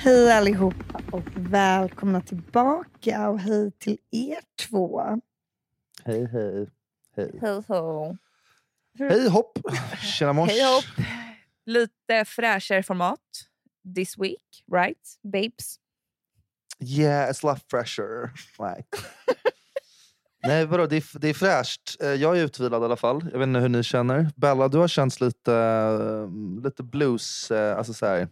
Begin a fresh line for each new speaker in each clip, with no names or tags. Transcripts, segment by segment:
Hej allihopa och välkomna tillbaka och hej till er två.
Hej, hej. Hej,
Hej ho.
hej hopp! Tjena mors!
Hej hopp. Lite fräschare format this week, right? Babes.
Yeah, it's love fresher. Right. Nej, vadå? Det är, det är fräscht. Eh, Jag är utvilad i alla fall. Jag vet inte hur ni känner. Bella, du har känts lite, eh, lite blues... eh, Alltså så här,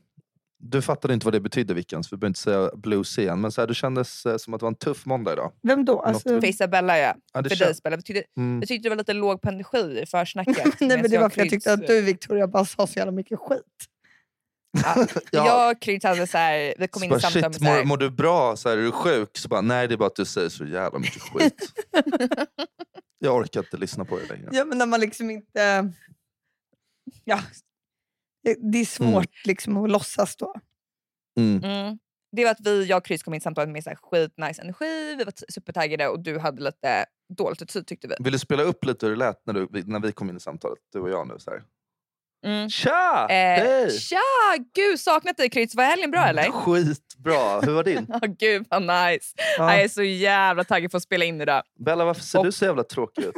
du fattade inte vad det betydde, Vickens. Vi behöver inte säga blues igen. Men så här, du kändes eh, som att det var en tuff måndag idag.
Vem då?
Något
Alltså,
vill-
För Isabella, ja.
Mm. Ja, det
För dig,
känns-
Isabella. Jag tyckte,
mm.
jag tyckte det var lite låg på energi i försnacket.
nej,
medan
men det var
och
för jag
Kryds-
tyckte att du Victoria bara sa så jävla mycket skit.
Ja.
Jag och Kryds hade så här... Vi kom in i
Bara, shit,
samtal med så här...
mår, mår du bra? Så här, är du sjuk? Så bara, Nej, det är bara att du säger så jävla mycket skit. jag orkar inte lyssna på det längre.
Ja, men när man liksom inte... Ja, det- det är svårt
Mm.
liksom att låtsas då.
Mm.
Mm. Det var att vi, jag och Kryds kom in i samtalet med så här skitnice energi. Vi var t- supertaggade och du hade lite dåligt attityd tyckte vi.
Vill du spela upp lite hur det lät när, du, när vi kom in i samtalet, du och jag nu? Så här.
Mm.
Tja!
Eh,
Hej! Mm.
tja! Gud, saknat dig Kryds. Var helgen bra eller?
Skitbra! Hur var din?
Oh, gud vad nice.
Ja.
Jag är så jävla taggad på att spela in idag.
Bella, varför ser
Och-
du så jävla tråkig ut?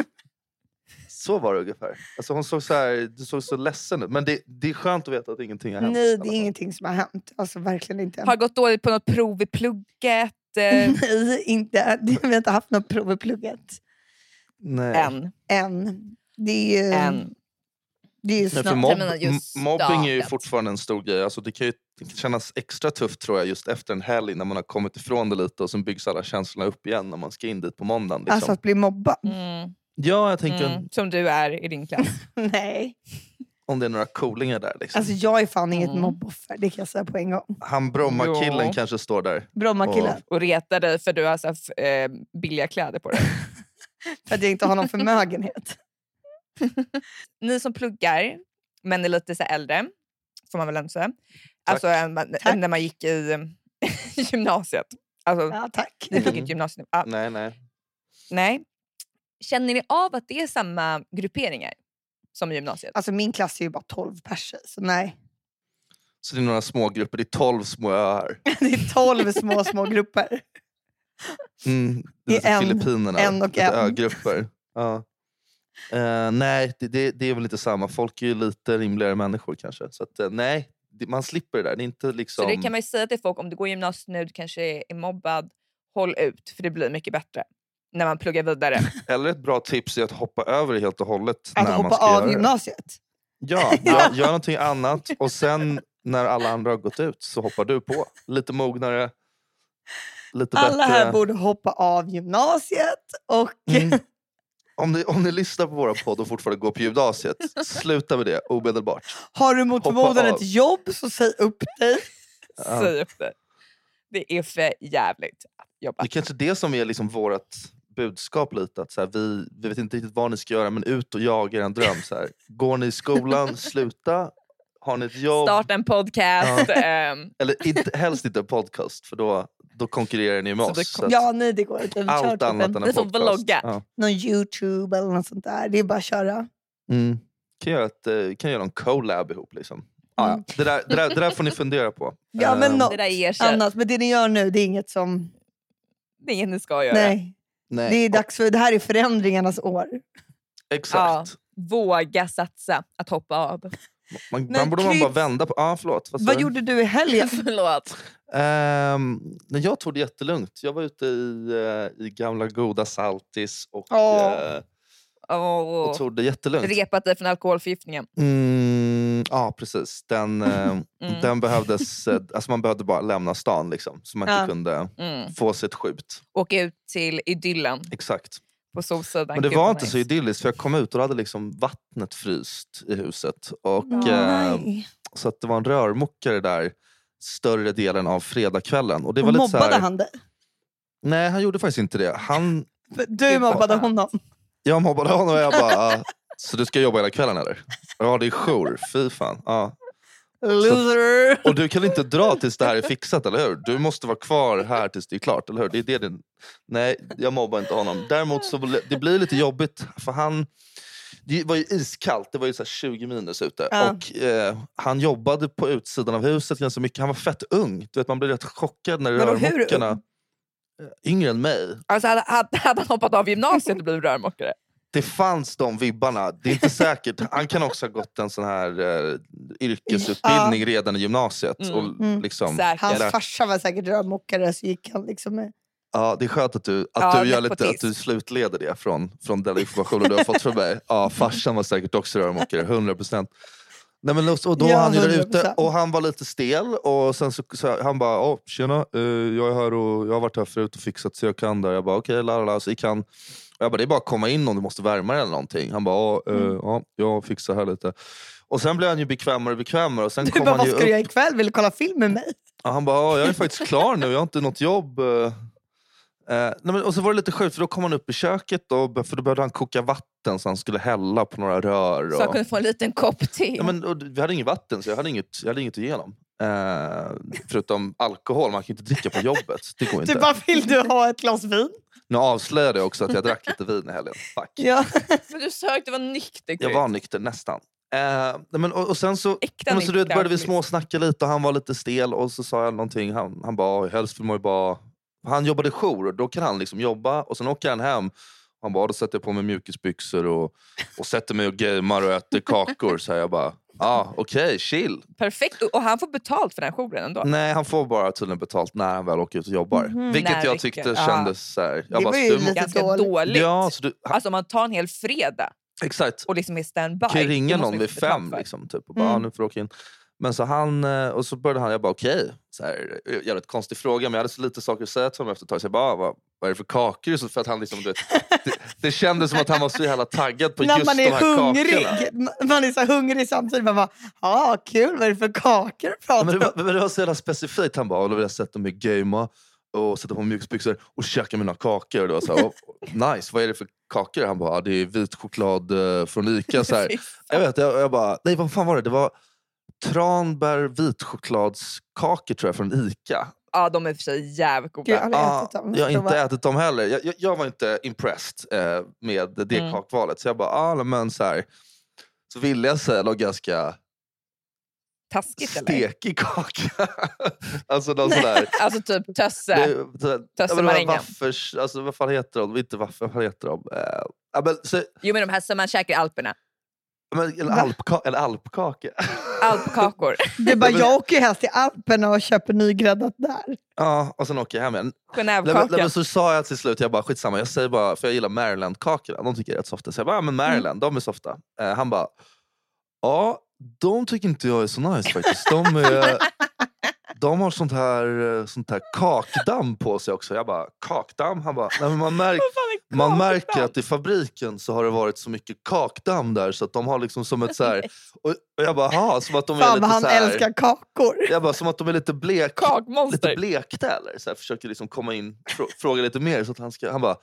Så var det ungefär. Alltså hon såg så, här, du såg så ledsen ut. Men det, det är skönt att veta att ingenting har hänt. i
Nej,
alla
det
fall.
är ingenting som har hänt. Alltså verkligen inte.
Har gått dåligt på något prov i plugget. Eh,
Nej, inte. Vi har inte haft något prov i plugget
Nej.
än.
än. Det är
Eh.
ju,
än.
Det är ju
Nej, för
snart.
mob-
mobb,
Jag menar just
m- mobbing är ju
startat.
fortfarande en stor grej. Alltså det kan ju kännas extra tufft tror jag just efter en helg när man har kommit ifrån det lite och sen byggs alla känslorna upp igen när man ska in dit på måndagen. Liksom.
Alltså att bli mobbad.
Mm,
ja, jag tänker
mm, som du är i din klass.
Nej.
om det är några coolingar där. Liksom.
Alltså jag är fan inget
Mm.
mobboffer, det kan jag säga på en gång.
Han Bromma-killen
Ja.
kanske står där.
Brommakillen.
Och retar dig för du har så här, f- eh, billiga kläder på dig.
För att jag inte har någon förmögenhet.
Ni som pluggar, men är lite så här äldre, får man väl ändå säga. Alltså än, man-
Tack.
när man gick i gymnasiet. Alltså,
Ja, tack.
ni pluggar
Mm.
inte gymnasiet nu. Ah,
Nej, nej.
nej. Känner ni av att det är samma grupperingar som i gymnasiet?
Alltså min klass är ju bara 12 personer, så nej.
Så det är några smågrupper, det är tolv små öar.
Det är 12 små, små grupper.
Mm,
I
det är
en-
en, Filippinerna,
en och
lite
en.
ögrupper. Ja. Eh, nej, det, det, det är väl inte samma. Folk är ju lite rimligare människor kanske. Så att, eh, nej, det, man slipper det där. Det är inte liksom...
Så det kan man ju säga till folk, om du går i gymnasiet nu, du kanske är mobbad, håll ut för det blir mycket bättre när man pluggar vidare.
Eller ett bra tips är att hoppa över det helt och hållet.
Att
när man
hoppa
ska göra
av
det.
gymnasiet.
Ja, gör, gör någonting annat och sen när alla andra har gått ut så hoppar du på. Lite mognare, lite
Alla
bättre.
här borde hoppa av gymnasiet. Och
Mm. Om, ni, om ni lyssnar på våra podd och fortfarande går på gymnasiet, sluta med det omedelbart.
har du mot
Hoppa
förmodan
av.
ett jobb så säg upp dig.
Ja.
Säg upp det. Det är för jävligt att jobba.
Det är kanske det som är liksom vårt budskap lite. Att så här, vi, vi vet inte riktigt vad ni ska göra, men ut och jaga er en dröm. Så här. Går ni i skolan, sluta. Har ni ett jobb,
Starta en podcast. ehm,
eller inte, helst inte en podcast, för då, då konkurrerar ni med
Så
oss.
det
Så att
Ja, nej det går inte. Vi kör
allt
typ
annat
en-
än en
Ni får
podcast.
vlogga.
Ja.
någon Youtube eller något sånt där. Det är bara att köra.
Mm. Kan göra, ett, eh, kan göra någon collab ihop. Liksom. Ah, ja. det, där, det, där, det där får ni fundera på.
Mm. Ja, men
Ehm,
nå-
det där är erkänt.
Annars, men det ni gör nu det är inget som...
Det är inget ni ska göra.
Nej.
nej.
Det, är dags för, det här är förändringarnas år.
Exakt.
Våga satsa att hoppa av.
Man,
Men
man borde man bara
Kryds-
vända på. Ah, förlåt. Vad, sa
Vad
du?
gjorde du i helgen?
Förlåt.
Ehm, nej, jag tog det jättelugnt. Jag var ute i, eh, i gamla goda Saltis och,
Åh.
eh,
Oh.
och tog det jättelugnt.
Repat dig från alkoholförgiftningen.
Mm, ja, precis. Den, eh,
Mm.
den behövdes, eh, alltså man behövde bara lämna stan liksom, så man inte
Ja.
kunde
Mm.
få sig ett skjut.
Åka ut till idyllen
Exakt.
på Solsidan.
Men det
Gud,
var
vad
inte så
nice.
idylliskt för jag kom ut och då hade liksom vattnet fryst i huset. Och,
Ja,
eh,
nej.
så att det var en rörmokare där större delen av fredagskvällen. Och det var
Och
lite så
mobbade
här,
han dig?
Nej, han gjorde faktiskt inte det. Han,
Du mobbade
skönt.
honom?
jag mobbade honom och jag bara, "Ah, så du ska jobba hela kvällen eller? Ja, det är jour. Fy fan. Ja.
Loser!
Och du kan inte dra tills det här är fixat, eller hur? Du måste vara kvar här tills det är klart, eller hur? Det är det din... Nej, jag mobbar inte honom. Däremot så bli- det blir lite jobbigt, för han... Det var ju iskallt, det var ju så här 20 minus ute.
Ja.
Och, eh, han jobbade på utsidan av huset ganska mycket. Han var fett ung. Du vet, man blir rätt chockad när det
Vadå,
rör
hur
mockarna.
ung?
Eh, Yngre än mig.
Alltså hade, hade, hade han hoppat av gymnasiet och blivit rörmokare?
Det fanns de vibbarna. Det är inte säkert. Han kan också ha gått en sån här eh, yrkesutbildning redan i gymnasiet.
Mm.
Och
Mm.
liksom,
Säkert.
Hans
Eller-
farsa var säkert rörmokare så gick han liksom med.
Ja, det är skönt att du, att
Ja,
du, gör lite,
nepotism.
att du slutleder det från, från den informationen du har fått från mig. Ja, farsan var säkert också rörmokare, 100 procent. Nej, men och då
Ja,
han ju där
100%.
ute och han var lite stel och sen så, så han bara Åh, “tjena, eh, jag är här och jag har varit här förut och fixat så jag kan där”. Jag bara “okej, la la la, så gick han. Och Jag bara “det är bara att komma in om du måste värma dig eller någonting”. Han bara “ja, eh,
Mm.
ja, jag fixar här lite”. Och sen blev han ju bekvämare och bekvämare och sen
Du
kom
bara,
han
vad
ju
ska du
upp
göra ikväll? Vill du kolla film med mig?
Ja, han bara, "Ja, jag är faktiskt klar nu, jag har inte något jobb. eh." Eh, nej, men, och så var det lite sjukt, för då kom han upp i köket och, för då behövde han koka vatten så han skulle hälla på några rör.
Så han
Och,
kunde få en liten kopp te.
ja, men, och, vi hade inget vatten, så jag hade inget, jag hade inget att ge honom. Eh, förutom alkohol, man kan ju inte dricka på jobbet. Det går inte.
Du bara, vill du ha ett glas vin?
Nu avslöjade jag också att jag drack lite vin i helgen. Fuck.
Ja.
Men du sög, du var nykter.
Jag
Gry.
var nykter, nästan. Eh, nej, men, och, och sen så
Äkta
Ja, Men så du vet,
nykter
började vi
alkoholist.
småsnacka lite och han var lite stel och så sa jag någonting. Han, han bara, "Oj, helst vill man ju bara... Han jobbade jour och då kan han liksom jobba och sen åker han hem. Han bara, då sätter jag på mig mjukisbyxor och, och sätter mig och gamer och äter kakor. Så här, jag bara, ah, okej, chill.
Perfekt. Och- Och han får betalt för den här jouren ändå.
Nej, han får bara tydligen betalt när han väl åker ut och jobbar.
Mhm.
vilket
När
jag
vilket-
tyckte
ja.
kändes så här, jag
Det
bara,
var ju
du
lite
må-
Ganska
dåligt.
dåligt.
Ja, så du, han,
Alltså om man tar en hel fredag
exakt.
och liksom är standby.
kan ju ringa
det måste man
någon
ju
vid
få betalt
fem
för.
liksom, typ, och bara,
Mm.
"Ah, nu får du åka in. Men så han, eh, och så började han, jag bara okej, okay. jävligt konstig fråga men jag hade så lite saker att säga till honom efter ett tag. Så jag bara, "Ah, vad, vad är det för kakor? Så för att han liksom, du vet, det, det kändes som att han var så jävla taggad på
När
just
man
de
är
här
hungrig.
kakorna.
Ma- Man är så hungrig samtidigt. Man bara, ja kul, vad är det för kakor du
Ja,
pratar
Men det,
om?
var, men det var så jävla specifikt. Han bara, "Ah, då vill jag sätta mig och gamea och sätta på mjukisbyxor och käka mina kakor. Och då var jag så här, "Oh, nice, vad är det för kakor? Han bara, "Ah, det är vit choklad eh, från Ica. Så här.
Fy
Jag vet, jag, jag bara, nej vad fan var det? Det var tranbär vitchokladskakor tror jag från Ica.
Ja, de är i och för sig jävligt goda.
Gud, jag har aldrig
Ja,
ätit dem.
Ah, jag har
Prova.
inte ätit dem heller. Jag, jag, jag var inte impressed eh, med det
Mm.
kakvalet. Så jag bara, ah, men så här. Så ville jag säga någon ganska
Taskigt eller?
stekig kaka. alltså någon sån där...
Alltså typ
Det,
tösse.
är- så här- ja, men det var
Tössemarängen.
waffers, alltså vad fan heter de? Inte waffel, vad fan heter de? Eh, ja, men, så,
Jo men de här som man käkar i Alperna.
men, en,
Va?
alpka, en alpkaka.
Alpkakor.
Det är bara,
Ja, men-
jag åker ju helst till Alperna och köper nygräddat där.
ja, och sen åker jag hem igen. Nej, men, nej,
Genèvekakan.
men så sa jag till slut, jag bara skitsamma, jag säger bara, för jag gillar Maryland-kakorna, de tycker jag är rätt softa. Så jag bara, ja, men Maryland, de är softa. Eh, han bara, ja, de tycker inte jag är så nice faktiskt. De, är, de har sånt här, eh, sånt här kakdamm på sig också. Jag bara, kakdamm? Han bara, nej, men man, märk, man märker att i fabriken så har det varit så mycket kakdamm där så att de har liksom som ett så här... Och, och jag bara, aha, som att de är
Fan vad
lite
han
så här,
älskar kakor.
Jag bara, som att de är lite blek lite
Kakmonster.
blekta eller? Så här, försöker liksom komma in, frå- fråga lite mer. Så att han, ska, han bara,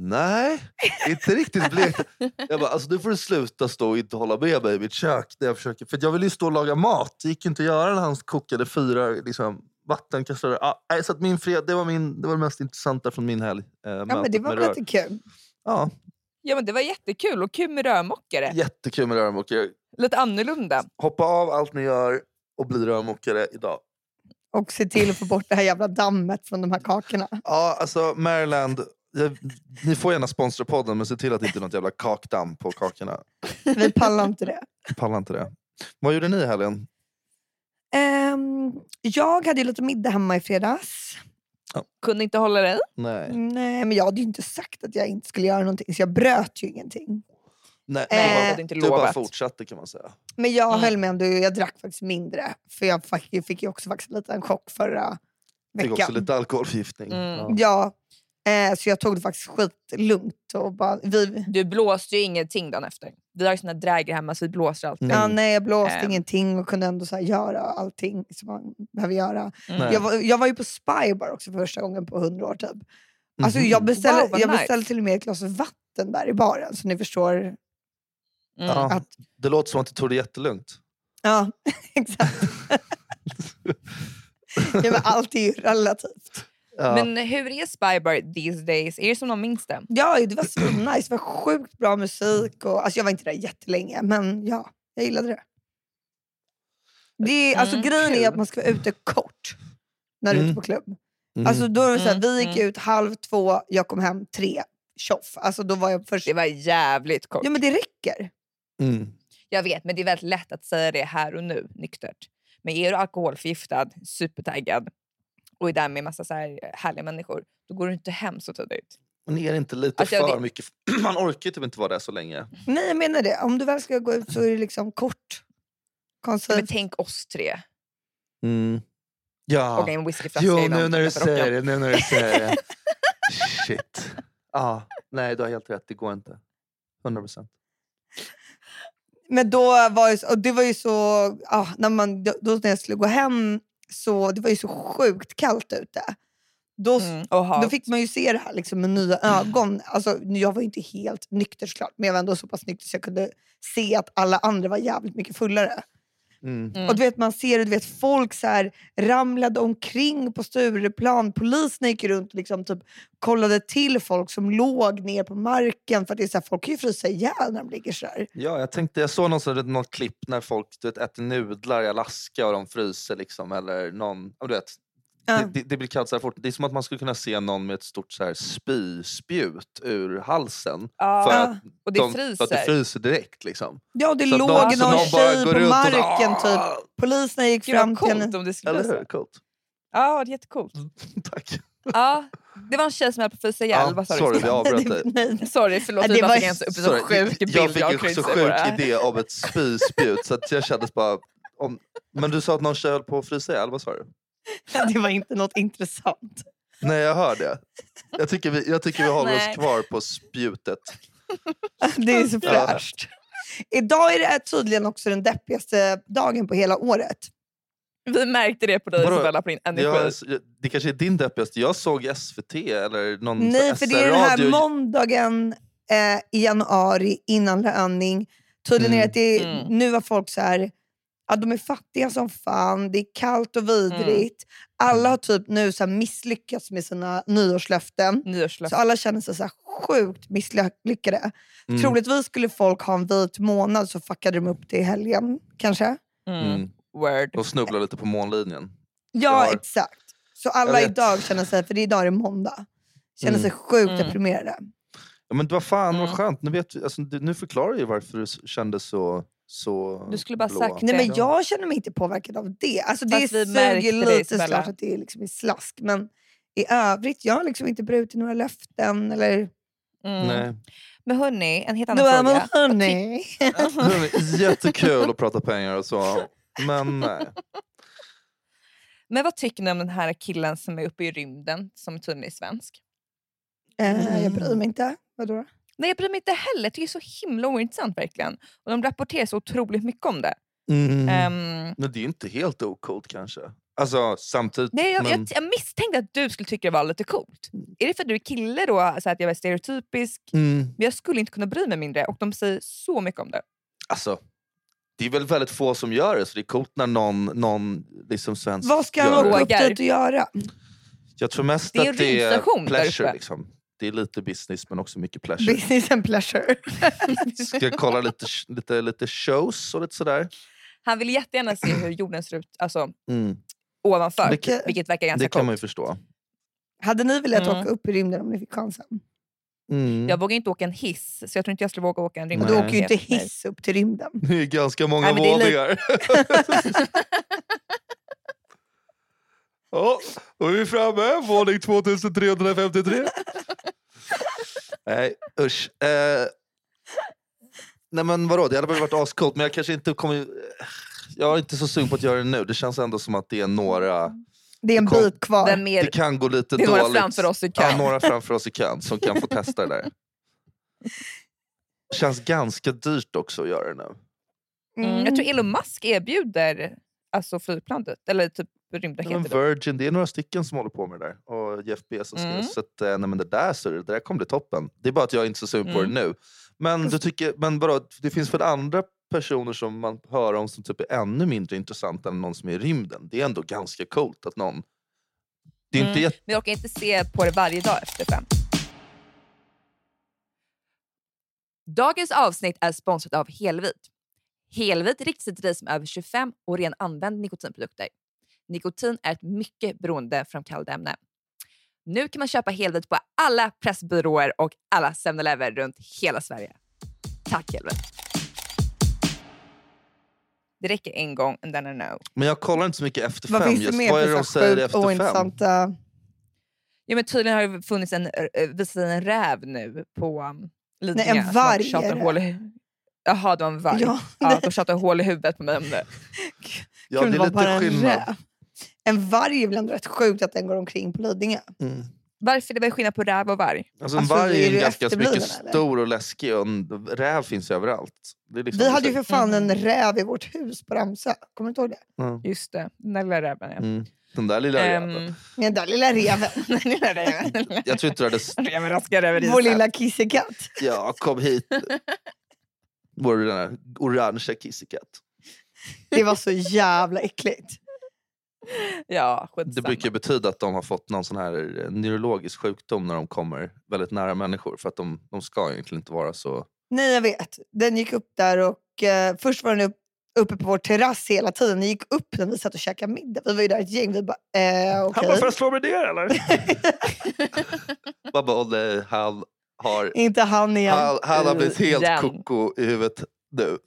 nej, inte riktigt blekta. Jag bara, alltså nu får du sluta stå och inte hålla med mig i mitt kök. När jag försöker, för jag ville ju stå och laga mat. Det gick ju inte att göra när han kokade fyra liksom, vattenkastruller. Ah, nej, så att min fred, det, var min, det var det mest intressanta från min helg. Eh,
Ja, men det var väl lite kul.
ja,
Ja men det var jättekul och kul med rörmokare.
Jättekul med rörmokare.
Lite annorlunda.
Hoppa av allt ni gör och bli rörmokare idag.
Och se till att få bort det här jävla dammet från de här kakorna.
Ja, alltså Maryland. Jag, ni får gärna sponsra podden men se till att det inte är något jävla kakdamm på kakorna.
Vi pallar inte det.
Jag pallar inte det. Vad gjorde ni i helgen?
Ehm, jag hade ju lite middag hemma i fredags.
Kunde inte hålla dig.
Nej.
Nej, men jag hade ju inte sagt att jag inte skulle göra någonting, så jag bröt ju ingenting.
Nej,
Eh,
du,
jag
bara,
hade inte
du bara
lovat.
fortsatte kan man säga.
Men jag
Mm.
höll med om det och jag drack faktiskt mindre. För jag fick, fick ju också faktiskt lite en chock förra
Fick också
veckan.
lite alkoholförgiftning.
Mm.
Ja.
Ja, eh, så jag tog det faktiskt skitlugnt. Och bara, vi,
Du blåste ju ingenting dagen efter. Vi har ju såna dräger hemma så vi blåser alltid.
ja,
Mm.
nej, jag blåste
Ehm.
ingenting och kunde ändå så här göra allting som man behöver göra.
Mm.
Nej.
Jag var, jag var ju på Spybar också för första gången på hundra år typ. Alltså,
Mhm.
jag beställde,
Wow, vad
jag
nice.
beställde till och med ett glas vatten där i baren så ni förstår.
Mm.
ja.
att-
Det låter som att du tog det jättelugnt.
Ja, typ. exakt. ja, men allt är ju relativt.
Ja.
Men hur är Spy Bar these days? Är det som de minns det?
Ja, det var svinnice. Det var sjukt bra musik. Och, alltså, jag var inte där jättelänge, men ja, jag gillade det. det är, alltså,
Mm,
grejen
kul.
är att man ska vara ute kort när du är
Mm.
ute på klubb.
Mm.
Alltså, då är det så här,
Mm,
vi gick
mm.
ut halv två, jag kom hem tre. Tjoff! Alltså, då var jag först...
Det var jävligt kort.
Ja, men det räcker.
mm.
Jag vet, men det är väldigt lätt att säga det här och nu, nyktert. Men är du alkoholförgiftad, supertaggad och är där med massa så här härliga människor, då går du inte hem så tidigt.
Men är det inte lite
Alltså, jag
för
vet-
mycket? Man orkar ju typ inte vara där så länge.
Nej, jag menar det. Om du väl ska gå ut så är det liksom kort.
Ja,
Konstigt.
Men tänk oss tre
Mm. Ja.
och en whiskyflaska
Jo,
i
nu
den
när du
rocken.
säger det. Nu när du säger det. Shit. Ja, nej, du har helt rätt. Det går inte. 100 procent.
Men då var ju, och det var ju så, ja, när man, då då när jag skulle gå hem, så det var ju så sjukt kallt ute. Då,
Mm, och ha-
då fick man ju se det här liksom, med nya ögon. Alltså, jag var ju inte helt nykter såklart, men jag var ändå så pass nykter så jag kunde se att alla andra var jävligt mycket fullare.
Mm.
Mm.
Och du vet, man ser hur du vet, folk så här, ramlade omkring på Stureplan. Polisen gick runt och liksom, typ, kollade till folk som låg ner på marken. För att det är så här, folk kan ju frysa ihjäl när de ligger så här.
Ja, jag, tänkte, jag såg någon sån, något klipp när folk du vet, äter nudlar i Alaska och de fryser. Liksom, eller någon, ja, du vet,
Ja.
det, det, det blir kallt så här fort. Det är som att man skulle kunna se någon med ett stort så här spyspjut ur halsen.
Ja,
För att,
Ja.
och det
de, för
fryser.
att det fryser direkt. Liksom.
Ja, det
Så att
låg
de- så
någon
de bara
tjej på
går runt och så-
marken. Typ. Poliserna gick
Gud vad
fram till
coolt
henne.
om det skulle
Eller
bli så.
hur? Coolt.
Ja, det är jättecoolt.
Tack.
Ja, det var en tjej som höll på att frysa ihjäl.
Ja,
Vad sa du?
sorry, vi avbröt dig.
Nej,
Sorry, förlåt.
Ja,
vi
det
bara
var-
fick ens upp en så
Sorry,
Typ sjuk bild.
jag
har
fick en så
kryssat på
sjuk
det här.
idé av ett spyspjut så att jag kändes bara... Om, men du sa att någon tjej höll på att frysa ihjäl, vad sa du?
det var inte något intressant.
Nej, jag hör det. Jag tycker vi, jag tycker vi håller
Nej.
oss kvar på spjutet.
Det är så
Ja.
fräscht. Idag är det tydligen också den deppigaste dagen på hela året.
Vi märkte det på dig
Vadå?
Isabella, på din energi.
Jag, det kanske är din deppigaste. Jag såg SVT eller någon
Nej, för det är den här
SR-radio.
måndagen eh, i januari innan löning. Tydligen är det
Mm.
att det, är-
Mm.
nu har folk så här, ja, de är fattiga som fan, det är kallt och vidrigt.
Mm.
Alla har typ nu så här misslyckats med sina nyårslöften. Så
Nyårslöfte.
alla känner sig så här sjukt misslyckade.
Mm,
Troligtvis skulle folk ha en vit månad så fuckade de upp det i helgen kanske.
Mm.
mm.
Word.
De snubblar lite på månlinjen.
Ja,
har-
exakt. Så
Jag
alla
vet.
idag känner sig, för det är idag det är måndag, känner
Mm.
sig sjukt
Mm.
deprimerade.
Ja, men vad fan,
Mm.
vad skönt. Nu, vet, vi- alltså, du- nu förklarar du ju varför du s- kände så... så
Du skulle bara
blå.
sagt
Nej, men
Ja.
jag känner mig inte påverkad av det. Alltså, det
Fast vi märkte
suger
det,
lite
Isabella.
såklart att det är liksom i slask. Men i övrigt, jag har liksom inte brutit några löften. Eller...
Mm.
Nej.
Men hörni, en helt
Du
annan
är
fråga.
med honey.
Hörrni, Jättekul att prata pengar och så. Men nej.
Men vad tycker ni om den här killen som är uppe i rymden som tydligen är svensk?
Eh, jag bryr mig inte. Vadå? då?
Nej, jag bryr mig inte heller. Jag tycker Det är så himla ointressant verkligen. Och de rapporterar så otroligt mycket om det.
Mm.
Ehm,
Men det är ju inte helt ocoolt kanske. Alltså samtidigt...
nej, jag,
men,
jag, jag misstänkte att du skulle tycka det var lite coolt. Är det för att du är kille då, så att jag är stereotypisk?
mm,
Men jag skulle inte kunna bry mig mindre och de säger så mycket om det.
alltså, det är väl väldigt få som gör det, så det är coolt när någon, någon liksom svensk
Vad ska
gör
han åka
det.
upp
Roger.
dit och göra?
Jag tror mest
Det är en
att det är
rymdstation där
pleasure.
uppe.
Liksom. Det är lite business men också mycket pleasure.
Business and pleasure.
Ska jag kolla lite, lite, lite shows och lite sådär.
Han vill jättegärna se hur jorden ser ut alltså,
Mm.
ovanför,
Det kan-
vilket verkar ganska
Det kan
coolt.
man ju förstå.
Hade ni velat
Mm.
åka upp i rymden om ni fick chansen?
Mm.
Jag vågar inte åka en hiss, så jag tror inte jag skulle våga åka en
Men
Och
rymdraket.
du
Nej.
åker ju inte
Mm. Nej.
hiss upp till rymden.
Det är ganska många
Nej, men det är lite-
våningar. Ja, och vi är framme. Våning 2353. Nej, usch. Eh, nej men vadå, det hade väl varit ascoolt men jag kanske inte kommer... Jag är inte så sugen på att göra det nu. Det känns ändå som att det är några...
Det är en
Det kom-
bit kvar.
Den mer,
Det kan gå lite
det är
dåligt.
några framför oss i
Ja,
kön.
några framför oss i kön som kan få testa det där. Känns ganska dyrt också att göra det nu.
Mm. Jag tror Elon Musk erbjuder alltså, flygplanet, eller typ
Ja, men
rymdraketer. då.
Virgin, det är några stycken som håller på med det där. Och Jeff Bezos.
Mm.
Så att, eh, nej, men det där så det där kommer bli toppen. Det är bara att jag är inte så sugen på det
Mm.
nu. Men, du tycker, men bara, det finns väl andra personer som man hör om som typ är ännu mindre intressanta än någon som är i rymden. Det är ändå ganska coolt att någon Det är
Mm.
inte jätte...
Men jag orkar inte se på det varje dag efter fem. Dagens avsnitt är sponsrat av Helvit. Helvit riktar sig till dig som är över 25 och redan använder nikotinprodukter. Nikotin är ett mycket beroendeframkallande ämne. Nu kan man köpa Helvit på alla pressbyråer och alla 7-Eleven runt hela Sverige. Tack Helvit! Det räcker en gång and then I know.
Men jag kollar inte så mycket efter
Vad
fem.
finns det
Just.
mer
Vad är
för
det de
så
säger
här sjukt
efter fem?
ointressanta...
Ja, men tydligen har det funnits en, eh, visat en räv nu på um, Lidingö.
en
som
varg
tjatar
är det.
hål i- Jaha, det var en varg. Ja,
Ja,
de tjatar hål i huvudet på mig om det.
Ja,
kunde
det är
vara bara
lite
en
skillnad.
räv. En varg är väl ändå rätt sjukt att den går omkring på Lidingö.
Mm.
Varför det var skillnad på räv och varg?
Alltså, en
Alltså,
varg
är
är ju
du
ganska
efterbliven,
mycket
eller?
stor och läskig och en räv finns ju överallt. Det är liksom
Vi
det
hade ju
säger.
för fan
Mm.
en räv i vårt hus på Ramsö. Kommer du inte ihåg det?
Ja.
Just det, den där lilla räven. Ja.
Mm. Den där lilla räven.
Ehm,
Den där lilla reven.
den lilla räven. Den lilla
Jag tror inte du hade... s-
Räven raskar över
Vår
isen.
lilla kissekatt.
Ja, kom hit. Vår den där orangea kissekatt.
Det var så jävla äckligt.
Ja,
Det
skitsamma.
brukar betyda att de har fått någon sån här eh, neurologisk sjukdom när de kommer väldigt nära människor. För att de, de ska egentligen inte vara så...
Nej, jag vet. Den gick upp där och eh, först var den upp, uppe på vår terrass hela tiden. Den gick upp när vi satt och käkade middag. Vi var ju där ett gäng. Vi bara, eh, okej.
jag slå mig ner eller? Man bara, åh nej, han har,
Inte han igen.
han, han har blivit helt
Igen.
koko i huvudet nu.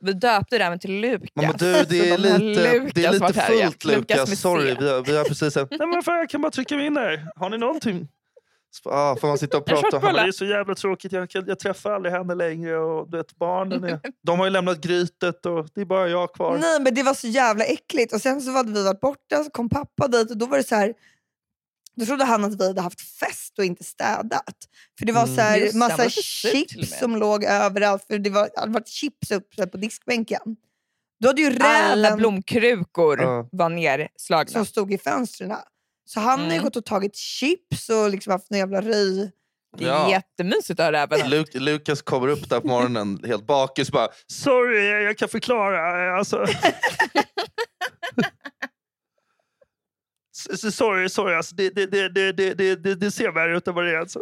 Vi döpte räven till Lukas.
Mamma du, det är
Så de har
lite, det är
Lukas
lite
varit här, ja.
fullt Lukas.
med C.
Sorry, vi har, vi har precis... Nej men fan, jag kan bara trycka mig in här. Har ni någonting? Så, Ah, får man sitta och
En
prata om
köttbulle.
"Men Det är så jävla tråkigt, jag, kan, jag träffar aldrig henne längre. Och, du vet, barnen är, de har ju lämnat grytet och det är bara jag kvar.
Nej men det var så jävla äckligt. Och sen så hade vi varit borta så kom pappa dit och då var det så här. Då trodde han att vi hade haft fest och inte städat. För det var
Mm.
så här,
Just det, han
massa
var så sur till och
chips
med.
som låg överallt. För det var, hade varit chips uppe på diskbänken. Då hade ju
Alla
räven
blomkrukor
Ja.
var nerslagna.
som stod i fönstren. Så han har ju
Mm.
gått och tagit chips och liksom haft en jävla röj.
Det är jättemysigt att ha räven.
Luk- Lukas kommer upp där på morgonen helt bakis bara “Sorry, jag kan förklara”. Alltså. S- s- sorry, sorry. Alltså, det, det, det, det, det- det, det, det ser värre ut än vad det är. Alltså.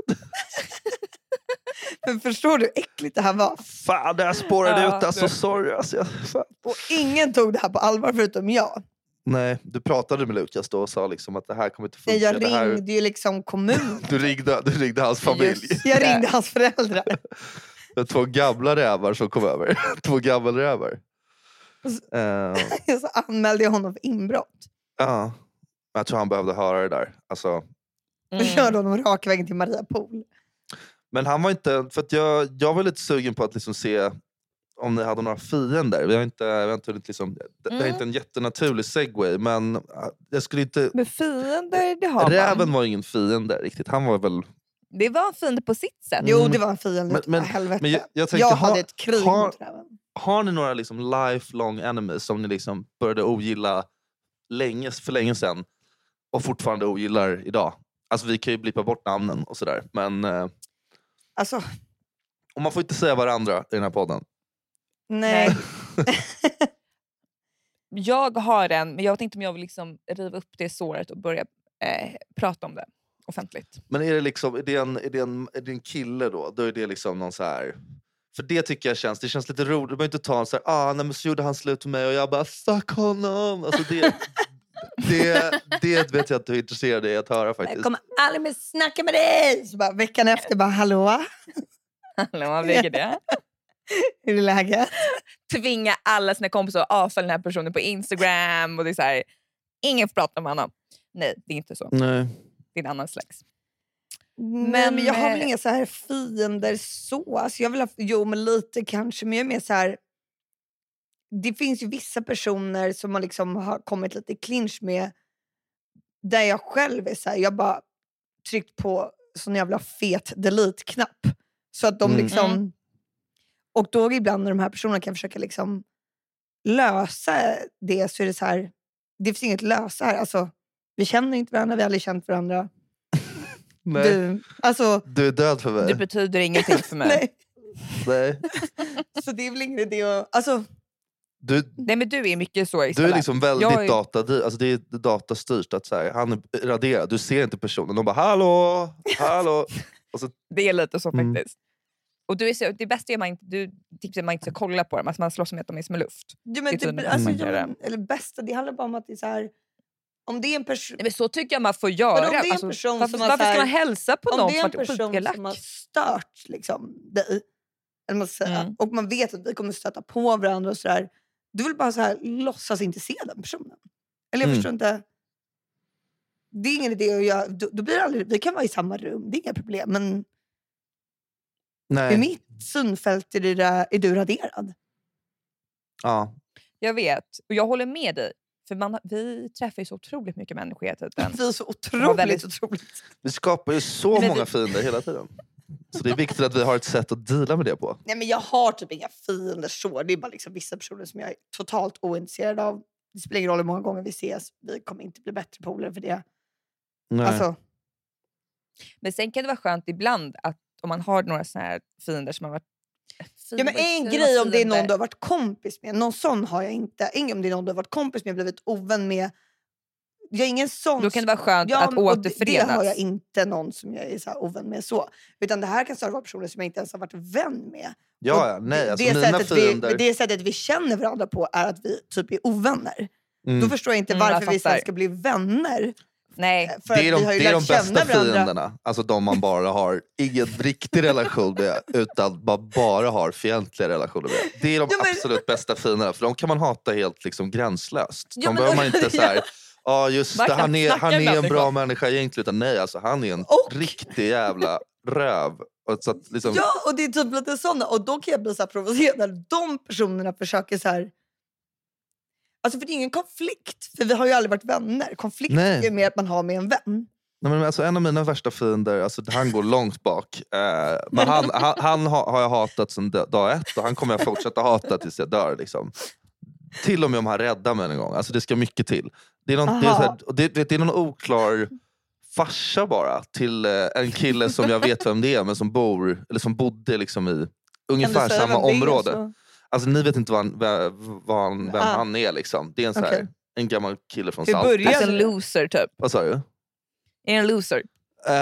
Men förstår du hur äckligt det här var?
Fan, det här spårade
Ja,
ut. Alltså,
du-
sorry. Alltså, jag, fan.
Och ingen tog det här på allvar förutom jag.
Nej, du pratade med Lukas då och sa liksom att det här kommer inte funka.
Nej, Jag
det här...
ringde ju liksom kommunen.
du, ringde, du ringde hans familj.
Just
Jag
det.
ringde hans föräldrar.
Det var två gamla rävar som kom över. två gammelrävar. Eh,
Och så anmälde jag honom för inbrott.
Ja. Jag tror han behövde höra det där. Alltså,
Jag
Mm.
körde honom raka vägen till Maria Pool.
Men han var inte... För att jag, jag var lite sugen på att liksom se om ni hade några fiender. Vi har inte, vi har inte hunnit liksom, det, det är
Mm.
inte en jättenaturlig segway, men äh, jag skulle inte...
Men fiender, det har man.
Räven var ingen fiende riktigt. Han var väl...
Det var en fiende på sitt sätt.
Mm.
Jo, det var en fiende.
Men-
Men,
men-
helvete.
Men jag, jag
jag
tänkte,
hade
ha,
ett krig
har-
mot räven.
har ni några liksom lifelong enemies som ni liksom började ogilla länge, för länge sedan och fortfarande ogillar idag? Alltså vi kan ju blippa bort namnen och sådär. Men, eh,
Alltså,
och man får inte säga varandra i den här podden.
nej.
Nej. Jag har en, men jag vet inte om jag vill liksom riva upp det såret och börja eh, prata om det offentligt.
Men är det liksom, är det en, är det en, är det en kille då? Då är det liksom någon så här... För det tycker jag känns, det känns lite roligt. Du behöver inte ta en så här, ah nej men så gjorde han slut med mig och jag bara fuck honom. Alltså det, det, det vet jag att du är intresserad i att höra
Jag
faktiskt.
kommer aldrig mer snacka med dig! Så bara, veckan efter bara, hallå?
Eller vad blir det?
Hur är läget?
Tvinga alla sina kompisar att avfölja den här personen på Instagram. Och det är så här, ingen får prata med honom. Nej, det är inte så.
Nej.
Det är en annan slags.
Men, men jag har väl
eh,
inga så här fiender så. Alltså jag vill ha, jo, men lite kanske. Men jag är mer så här... Det finns ju vissa personer som man liksom har kommit lite i clinch med där jag själv är så här, jag bara tryckt på sån jävla fet delete-knapp. Så att de
Mm.
liksom...
Mm.
Och då ibland när de här personerna kan försöka liksom lösa det så är det så här, det finns inget lösa här. Alltså, vi känner inte varandra, vi har aldrig känt varandra.
Nej.
Du, alltså,
Du är död för
Du
mig.
betyder ingenting för mig.
nej.
Nej.
Så det är väl ingen idé att... Alltså,
Du,
Nej men du är mycket så
du
Isabella.
är liksom väldigt
Jag är-
data, alltså det är datastyrt. Att så här, han är raderad, du ser inte personen. De bara “hallå, hallå”.
Det är lite så
Mm.
faktiskt. Och du är så, det bästa är att man inte, du tipsar att man inte ska kolla på dem, alltså man slår som att de är som luft.
Ja, men
Det är
det,
typ
blir-
en
alltså,
annan
ja,
grej.
men, eller bästa, det handlar bara om att det är så här, om det är en person
Nej, men så tycker jag man får göra.
det är en person
varför
som har så
varför ska
här-
man hälsa på
om
någon
det
som
är en
varit
person
skitelak?
som har stört liksom, dig eller man säga,
Mm.
och man vet att vi kommer stöta på varandra och sådär. Du vill bara så här, låtsas inte se den personen. Eller jag
Mm.
förstår inte. Det är ingen idé att göra. Då, då blir det aldrig, vi kan vara i samma rum, det är inga problem. Men i
Nej.
mitt synfält är, det där, är du raderad.
Ja.
Jag vet, och jag håller med dig. För man, vi träffar ju så otroligt mycket människor hela tiden.
Vi är så otroligt,
var väldigt-
otroligt...
Vi skapar ju så
Men det-
många fiender hela tiden. Så det är viktigt att vi har ett sätt att deala med det på.
Nej, men jag har typ inga fiender så. Det är bara liksom vissa personer som jag är totalt ointresserad av. Det spelar ingen roll hur många gånger vi ses. Vi kommer inte bli bättre polare för det.
Nej.
Alltså,
Men sen kan det vara skönt ibland att om man har några såna här fiender som har varit...
Ja, men
Fiender,
en
säger
grej
man
om det är någon
fiender?
du har varit kompis med. Någon sån har jag inte. En grej om det är någon du har varit kompis med blivit ovän med. Jag är ingen sån.
Då kan det vara skönt
Ja,
att
men- och det-
återförenas.
Det har jag inte någon som jag är så här ovän med. så. Utan det här kan snarare vara personer som jag inte ens har varit vän med.
ja,
och
ja, nej. Alltså,
det,
mina
sättet vi,
fiender...
det sättet vi känner varandra på är att vi typ är ovänner.
Mm.
Då förstår jag inte
Mm, jag
varför vi sen
fattar.
ska bli vänner.
Nej,
För
det är
att
de,
vi har ju
det är de
lärt känna
bästa
varandra.
fienderna. Alltså de man bara har ingen riktig relation med utan man bara har fientliga relationer med. Det är de
Ja, men-
absolut bästa fienderna för de kan man hata helt liksom gränslöst. De
Ja, men-
behöver man inte så här, ja just
Man
det,
knappt
han är,
snackar
han är en
ibland,
bra människa egentligen. Utan nej, alltså han är en
Och-
riktig jävla röv. Och så att, liksom,
Ja, och det är typ lite sådana. Och då kan jag bli så här provocerad när de personerna försöker så här... Alltså för det är ingen konflikt, för vi har ju aldrig varit vänner. Konflikt
Nej.
är ju mer att man har med en vän.
Nej, men alltså, en av mina värsta fiender, alltså, han går långt bak. Eh, men han, han, han ha, har jag hatat sedan d- dag ett och han kommer jag fortsätta hata tills jag dör. Liksom. Till och med om han räddar mig en gång. Alltså, det ska mycket till. Det är någon, det är så här,
Aha.
och det, det, det är någon oklar farsa bara till eh, en kille som jag vet vem det är men som bor eller som bodde liksom i
Kan du
ungefär
säga
samma
vem det är
område.
så?
Alltså, ni vet inte vad han, vem, vad han, vem
Ah.
han är. Liksom. Det är en, så här,
Okej.
en gammal kille från
Hur
Salt.
börjar-
alltså en loser typ.
Vad sa du?
Är en loser?
Eh,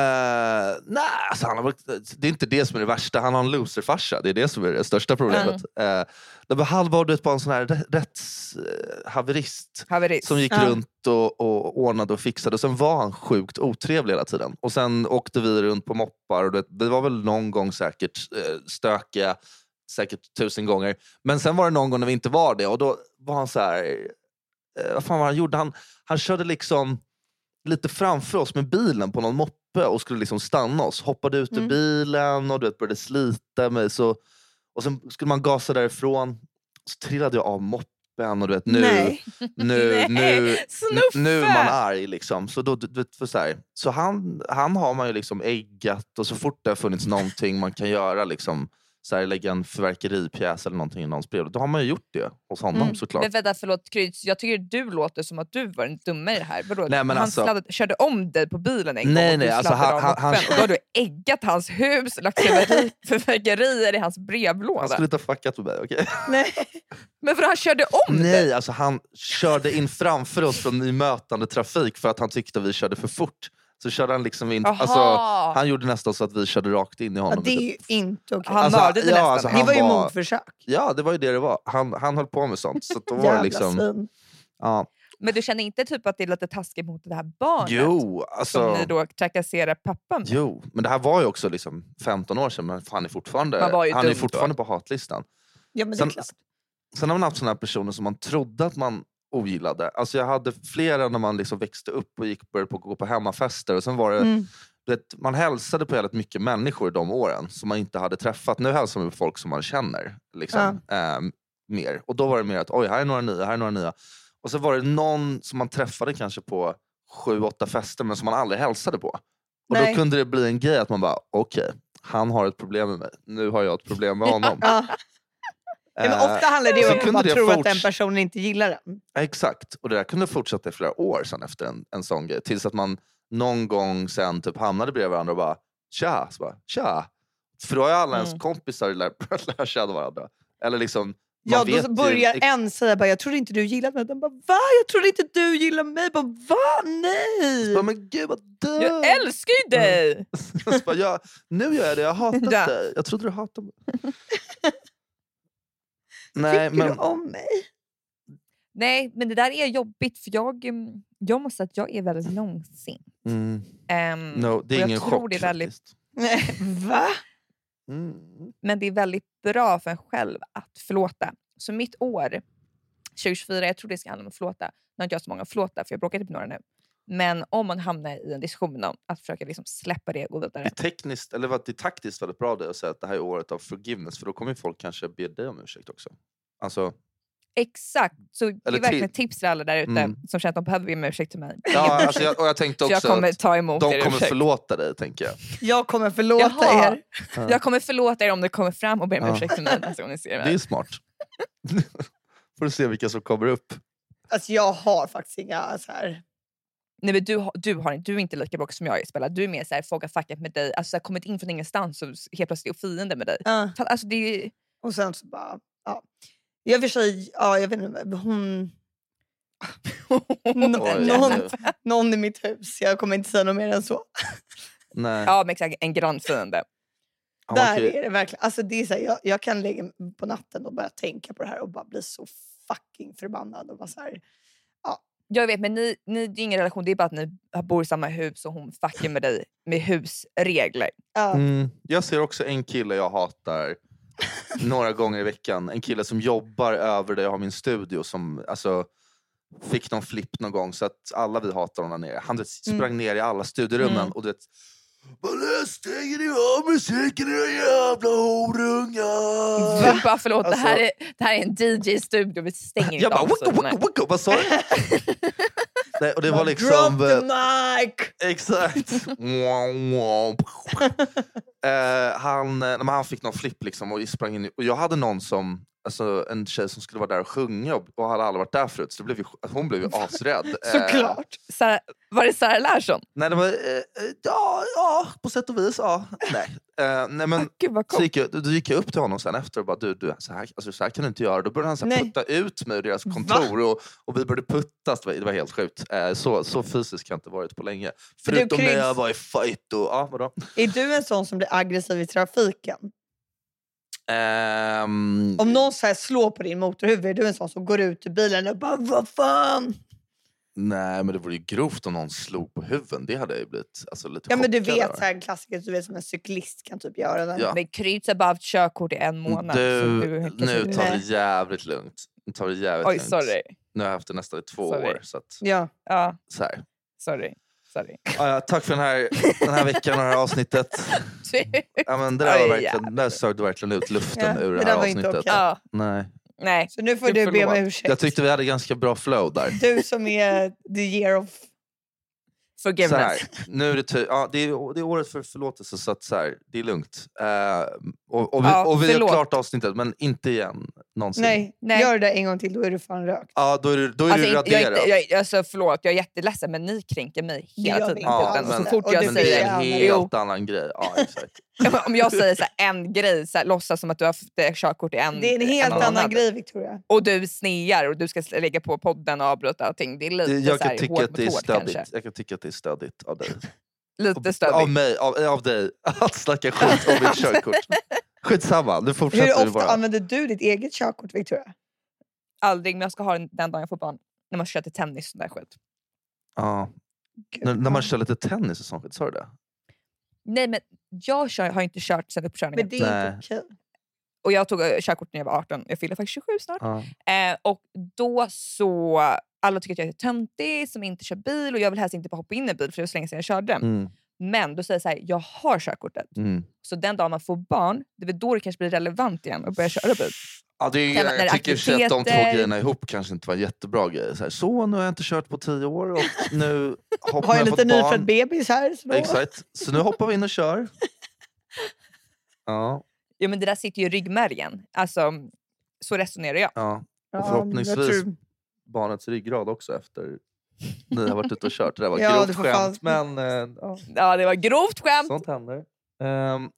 nej, alltså han har, varit- det är inte det som är det värsta. Han har en loserfarsa. Det är det som är det största problemet. Mm. Uh, han var du vet, bara en sån här rä- eh, rättshaverist
Haverist?
som gick
Ja.
runt och, och ordnade och fixade. Och sen var han sjukt otrevlig hela tiden. Och sen åkte vi runt på moppar. Och du vet, vi var väl någon gång säkert eh, stökiga, säkert tusen gånger. Men sen var det någon gång när vi inte var det och då var han så här... Eh, vad fan var han gjorde? Han, han körde liksom lite framför oss med bilen på någon moppe och skulle liksom stanna oss. Hoppade ut ur
Mm.
bilen och du vet, började slita mig. Så, och sen skulle man gasa därifrån. Så trillade jag av moppen och du vet nu,
Nej.
nu, nu,
Snuffe!
nu är man arg. Liksom. Så, då, du vet, för så, här, så han, han har man ju liksom äggat och så fort det har funnits någonting man kan göra, liksom, så här, lägga en fyrverkeripjäs eller någonting i någons brev, då har man ju gjort det hos honom
Mm.
såklart.
Men vänta, förlåt Kryds. Jag tycker du låter som att du var den dumma i det här. Vadå?
Nej, men
han
alltså-
sladdade, körde om dig på bilen en
Nej,
gång
nej,
och du
alltså,
sladdade
han-
av
han-
moppen.
han-
Då har du äggat hans hus, lagt fyrverkeri- fyrverkerier i hans
han
brevlåda.
skulle inte ha fuckat med mig. okej?
Nej.
Men för han körde om dig?
Nej, alltså han körde in framför oss från i mötande trafik för att han tyckte vi körde för fort. Så körde han liksom in...
Jaha!
Alltså, han gjorde nästan så att vi körde rakt in i
Ja,
honom.
det är ju inte okej.
Han
Alltså,
mördade
ja,
nästan.
alltså,
dig.
det
han
var ju
var-
mordförsök.
Ja, det var ju det det var. Han, han höll på med sånt. Så då var det
Jävla
liksom,
svin.
ja.
Men du känner inte typ att det är lite taskigt mot det här barnet?
Jo,
Som
alltså,
ni då trakasserar pappan med?
jo, men det här var ju också liksom 15 år sedan men han är fortfarande,
Man var ju
han är
dum då.
fortfarande på hatlistan.
Ja, men det är
Sen-
klart.
Sen har man haft såna här personer som man trodde att man ogillade. Alltså jag hade flera när man liksom växte upp och gick, började på, gå på hemmafester. Och sen var det
Mm.
du vet, man hälsade på jävligt mycket människor de åren som man inte hade träffat. Nu hälsar man på folk som man känner. Liksom, ehm, mer. Och då var det mer att oj, här är några nya, här är några nya. Och så var det någon som man träffade kanske på sju, åtta fester men som man aldrig hälsade på. Och
Nej.
då kunde det bli en grej att man bara, okej, han har ett problem med mig. Nu har jag ett problem med honom.
Ja. Ja, men
Eh,
ofta handlar det
så
om att
kunde
man
det
tror att
forts-
den personen inte gillar den.
Exakt, och det där kunde fortsätta i flera år sen efter en, en sån grej. Tills att man någon gång sen typ hamnade bredvid varandra och bara tja, så bara, tja. För då har ju alla ens
Mm.
kompisar lärt, börjat lära känna varandra. Eller liksom
Ja,
Man
då
vet
så
ju
börjar
ex-
en säga bara, jag trodde inte du gillade mig. Den bara, va? Jag trodde inte du gillade mig. Bara, va? Nej!
Bara, men gud vad dumt!
Jag älskar ju
Mm.
dig!
Så bara, ja, nu gör jag det, jag hatar
Ja.
dig. Jag trodde du hatade mig. Nej,
Tycker
men
du om mig?
Nej, men det där är jobbigt för jag, mm, jag måste säga att jag är väldigt långsint.
mm,
Ehm,
no, det
och
är
jag
ingen
tror
chock.
det är väldigt-
faktiskt.
Nej, va?
Mm.
Men det är väldigt bra för en själv att förlåta. Så mitt år 2024, jag tror det ska handla om att förlåta. Nu har inte jag så många att förlåta för jag bråkade på några nu. Men om man hamnar i en diskussion med någon, att försöka liksom släppa det och gå
Det är
vidare.
tekniskt, eller vad, det är taktiskt väldigt bra det att säga att det här är året av forgiveness för då kommer ju folk kanske be dig om ursäkt också. Alltså,
Exakt! Så det är
Eller
verkligen ett tips till alla där ute
Mm.
som känner att de behöver be om ursäkt till mig.
ja, alltså jag, och jag tänkte
Så jag
också
kommer
att
ta emot
de
er
kommer
ursäkt.
förlåta dig, tänker jag.
Jag kommer förlåta
Jaha.
er.
Ja.
Jag kommer förlåta er om ni kommer fram och ber om
Ja.
ursäkt till mig nästa gång ni ser
Det
mig.
är smart. Får du se vilka som kommer upp.
Alltså jag har faktiskt inga så här...
Nej, men du, har- du, har, inte- du är inte lika bråkig som jag är, Isabella. Du är mer så här, folk har fuckat med dig, alltså, så här, kommit in från ingenstans och s- helt plötsligt är fiende med dig.
Ah.
Fa- Alltså, det är,
Och sen så bara... Ja. Jag för sig, ja, jag vet inte, hon...
Oj,
någon,
nu.
någon i mitt hus, jag kommer inte säga något mer än så.
Nej.
ja, men exakt, en grannfiende.
Ja, man
Där
kan ju-
är det verkligen. Alltså det är så här, jag, jag kan lägga mig på natten och börja tänka på det här och bara bli så fucking förbannad. Och bara så här,
Jag vet, men ni, ni, det är ingen relation. Det är bara att ni bor i samma hus och hon fuckar med dig med husregler.
ja.
Mm. Jag ser också en kille jag hatar några gånger i veckan. En kille som jobbar över där jag har min studio som alltså, fick någon flipp någon gång så att alla vi hatar honom där nere. Han du vet,
Mm.
sprang ner i alla studierummen
Mm.
och du vet "Bara, Stänger ni av musiken era jävla horungar?
Du bara, förlåt,
Alltså-
det, här är, det här är en DJ-studio. Vi stänger inte
Jag bara
av
wicka
musiken här."
wicka wicka, vad sa du? Nej, och det var
Bara,
liksom...
Drop
eh,
the mic!
Exakt. Mwah, mwah. Eh, han, eh, nej, men han fick någon flipp liksom och sprang in. i- Och jag hade någon som, alltså, en tjej som skulle vara där och sjunga och, och hade aldrig varit där förut. Så det blev ju, hon blev ju asrädd. Eh,
Såklart.
Sara, var det Sara Larsson?
nej, det var, eh, eh, ja, ja, på sätt och vis. Ja. Nej. Eh, nej, men,
Gud vad
så
coolt.
gick jag, då gick jag upp till honom sen efter och bara du, du så, här, alltså, så här kan du inte göra. Då började han så här
Nej.
putta ut mig ur deras kontor och, och vi började puttas. Det var, det var helt sjukt. Eh, så, så fysiskt har jag inte varit på länge.
För du
Förutom när
kryds.
jag var i fight. Och, ja, vadå?
Är du en sån som blir aggressiv i trafiken?
Ehm,
Om någon så här slår på din motorhuvud, är du en sån som går ut ur bilen och bara vad fan?
Nej men det vore ju grovt om någon slog på huven. Det hade jag ju blivit alltså, lite
Ja men du
chockad
vet
över.
så här en klassiker du vet som en cyklist kan typ göra. Den.
Ja.
Men Kryds har bara haft körkort i en månad. så
Du,
du är helt
nu
plötsligt-
tar vi
Nej.
det jävligt lugnt. Nu tar vi det jävligt
Oj,
lugnt.
sorry.
Nu har jag haft det nästan i två
Sorry.
år. Så att,
Ja.
Ja,
så här.
sorry. sorry.
Ja, ja, tack för den här, den här veckan och det här avsnittet. Ja, men det där, var
Oj,
verkligen, där sög du verkligen ut luften
Ja,
ur det
det
här
där var inte
avsnittet.
okej.
ja,
Nej.
nej.
Så nu får
Du,
du be om
förlåt.
ursäkt.
Jag tyckte vi hade ganska bra flow där.
Du som är the year of...
Så
Forgiveness.
här, nu är det, ty- ja, det, är, det är året för förlåtelse, så, att så här, det är lugnt. Eh, och, och vi,
Ja,
och vi är
förlåt.
klart avsnittet, men inte igen. Någonsin.
Nej,
Nej.
gör det där en gång till då är du fan rökt.
Ja, då är du, då är
Alltså,
du
inte- jag, är
raderad.
inte- jag, alltså, förlåt, jag är jätteledsen men ni kränker mig
gör
hela
vi
tiden.
inte
Ja,
alls.
så fort
Och
jag
det
men det är
säger,
en
förtjänar
helt
Jo.
annan grej. Ja, exakt.
om jag säger så här, en grej, så här, låtsas som att du har haft eh, körkort i en
Det är en helt
en
annan
månad.
grej Victoria.
Och du snear och du ska lägga på podden och avbryta allting. Det är lite
Det- Jag
så
kan
här,
tycka
hårt
att det är
mot hårt
stödigt.
kanske.
Jag kan tycka att det är stödigt av dig.
Lite
Av
stödigt.
mig, av, av dig. Att snacka skit om mitt körkort. Skitsamma, nu fortsätter
Hur
vi
ofta
bara.
använder du ditt eget körkort Victoria?
Aldrig, men jag ska ha den den dagen jag får barn. När man ska köra till tennis och sån där skit.
Ja.
Gud,
När, när man
fan.
kör lite tennis och sånt, skit, sa du det?
Nej men jag kör, har inte kört sen uppkörningen.
Men det är
Nej.
inte okej.
Och jag tog eh, körkort när jag var 18. Jag fyller faktiskt 27 snart.
Ja.
Eh, och då så... Alla tycker att jag är töntig som inte kör bil och jag vill helst inte bara hoppa in i en bil för det var så länge sedan jag körde.
Mm,
Men då säger jag så här, jag har körkortet.
mm.
Så den dag man får barn, det är väl då det kanske blir relevant igen att börja köra bil.
Ja, det är, ju-
Sen när det
jag
är
tycker i och för sig att de två
aktiviteter-
grejerna ihop kanske inte var en jättebra grejer. Så, här, så, nu har jag inte kört på tio år och nu har, nu
Har jag
jag
lite
fått
nyfödd
barn.
bebis här. Så då.
Exakt. Så nu hoppar vi in och kör. Ja,
Ja, men det där sitter ju i ryggmärgen. Alltså, så resonerar jag.
ja.
Ja,
Och förhoppningsvis
jag tror-
barnets ryggrad också efter ni har varit ute och kört. Det där var
Ja, det
grovt
får
skämt,
fan-
men eh, ja,
Ja, det var grovt skämt!
sånt händer. Ehm, Um,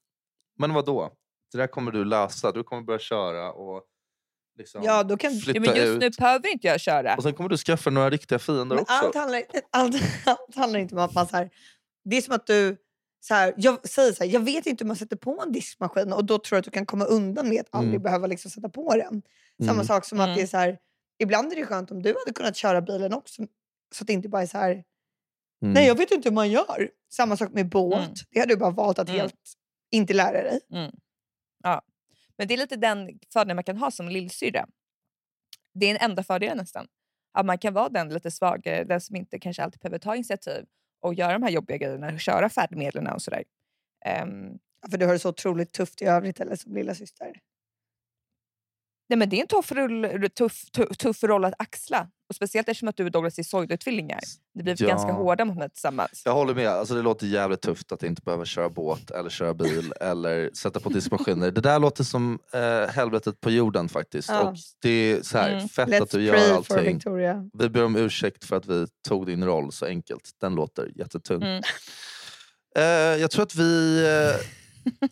men vad då? Det där kommer du lösa. Du kommer börja köra och liksom,
Ja, då kan-
flytta
Ja, men just
ut.
nu behöver inte jag köra.
Och sen kommer du skaffa några riktiga fiender
Men
också.
allt, handlar, allt, allt handlar inte om att man... Så här, det är som att du... Så här, jag säger så här, jag vet inte hur man sätter på en diskmaskin och då tror jag att du kan komma undan med att aldrig
Mm.
behöva liksom sätta på den. Samma
Mm.
sak som att
Mm.
det är så här, ibland är det skönt om du hade kunnat köra bilen också. Så att det inte bara är så här,
Mm.
nej jag vet inte hur man gör. Samma sak med båt.
Mm.
Det har du bara valt att
Mm.
helt inte lära dig.
Men det är lite den fördelen man kan ha som lillsyrra. Det är den enda fördelen nästan. Att man kan vara den lite svagare, den som inte kanske alltid behöver ta initiativ och göra de här jobbiga grejerna, och köra färdmedlen och sådär. Ehm,
För du har det så otroligt tufft i övrigt eller som lilla syster.
nej men det är en tuff, rull, tuff, tuff, tuff roll att axla. Och speciellt eftersom att du och Douglas är sojdotvillingar. Det blir
Ja.
ganska hårda mot mig tillsammans.
Jag håller med. Alltså, det låter jävligt tufft att inte behöva köra båt eller köra bil eller sätta på diskmaskiner. Det där låter som eh, helvetet på jorden faktiskt.
Ja.
Och det är så här,
Mm.
fett att
Let's
du
pray
gör
for
allting.
Victoria.
Vi ber om ursäkt för att vi tog din roll så enkelt. Den låter jättetung.
Mm.
Eh, jag tror att vi eh,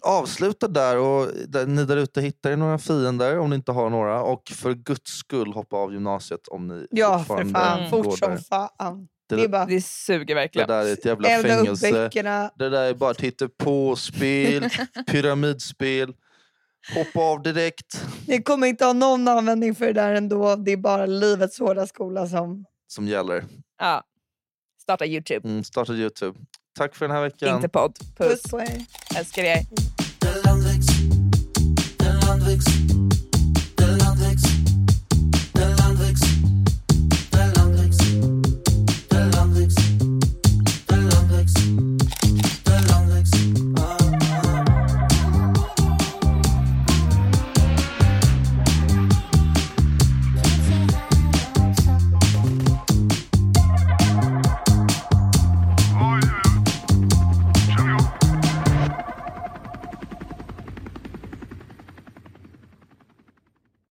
avslutar där. Och där, ni där ute hittar er några fiender om ni inte har några. Och för guds skull hoppa av gymnasiet om ni
Ja, för
fortfarande
fan.
går
Fort
där.
som fan.
Det-
Det är bara
Det suger
Det
verkligen.
där är ett jävla
elda upp
fängelse.
böckerna.
Det där är bara ett hittepåspel, pyramidspel. Hoppa av direkt.
Ni kommer inte ha någon användning för det där ändå. Det är bara livets hårda skola som...
Som gäller.
Ja. Starta Youtube,
Mm, starta Youtube. Tack för den här veckan.
inte podd. Puss,
Puss på er.
älskar er.
Den landvägs, den landvägs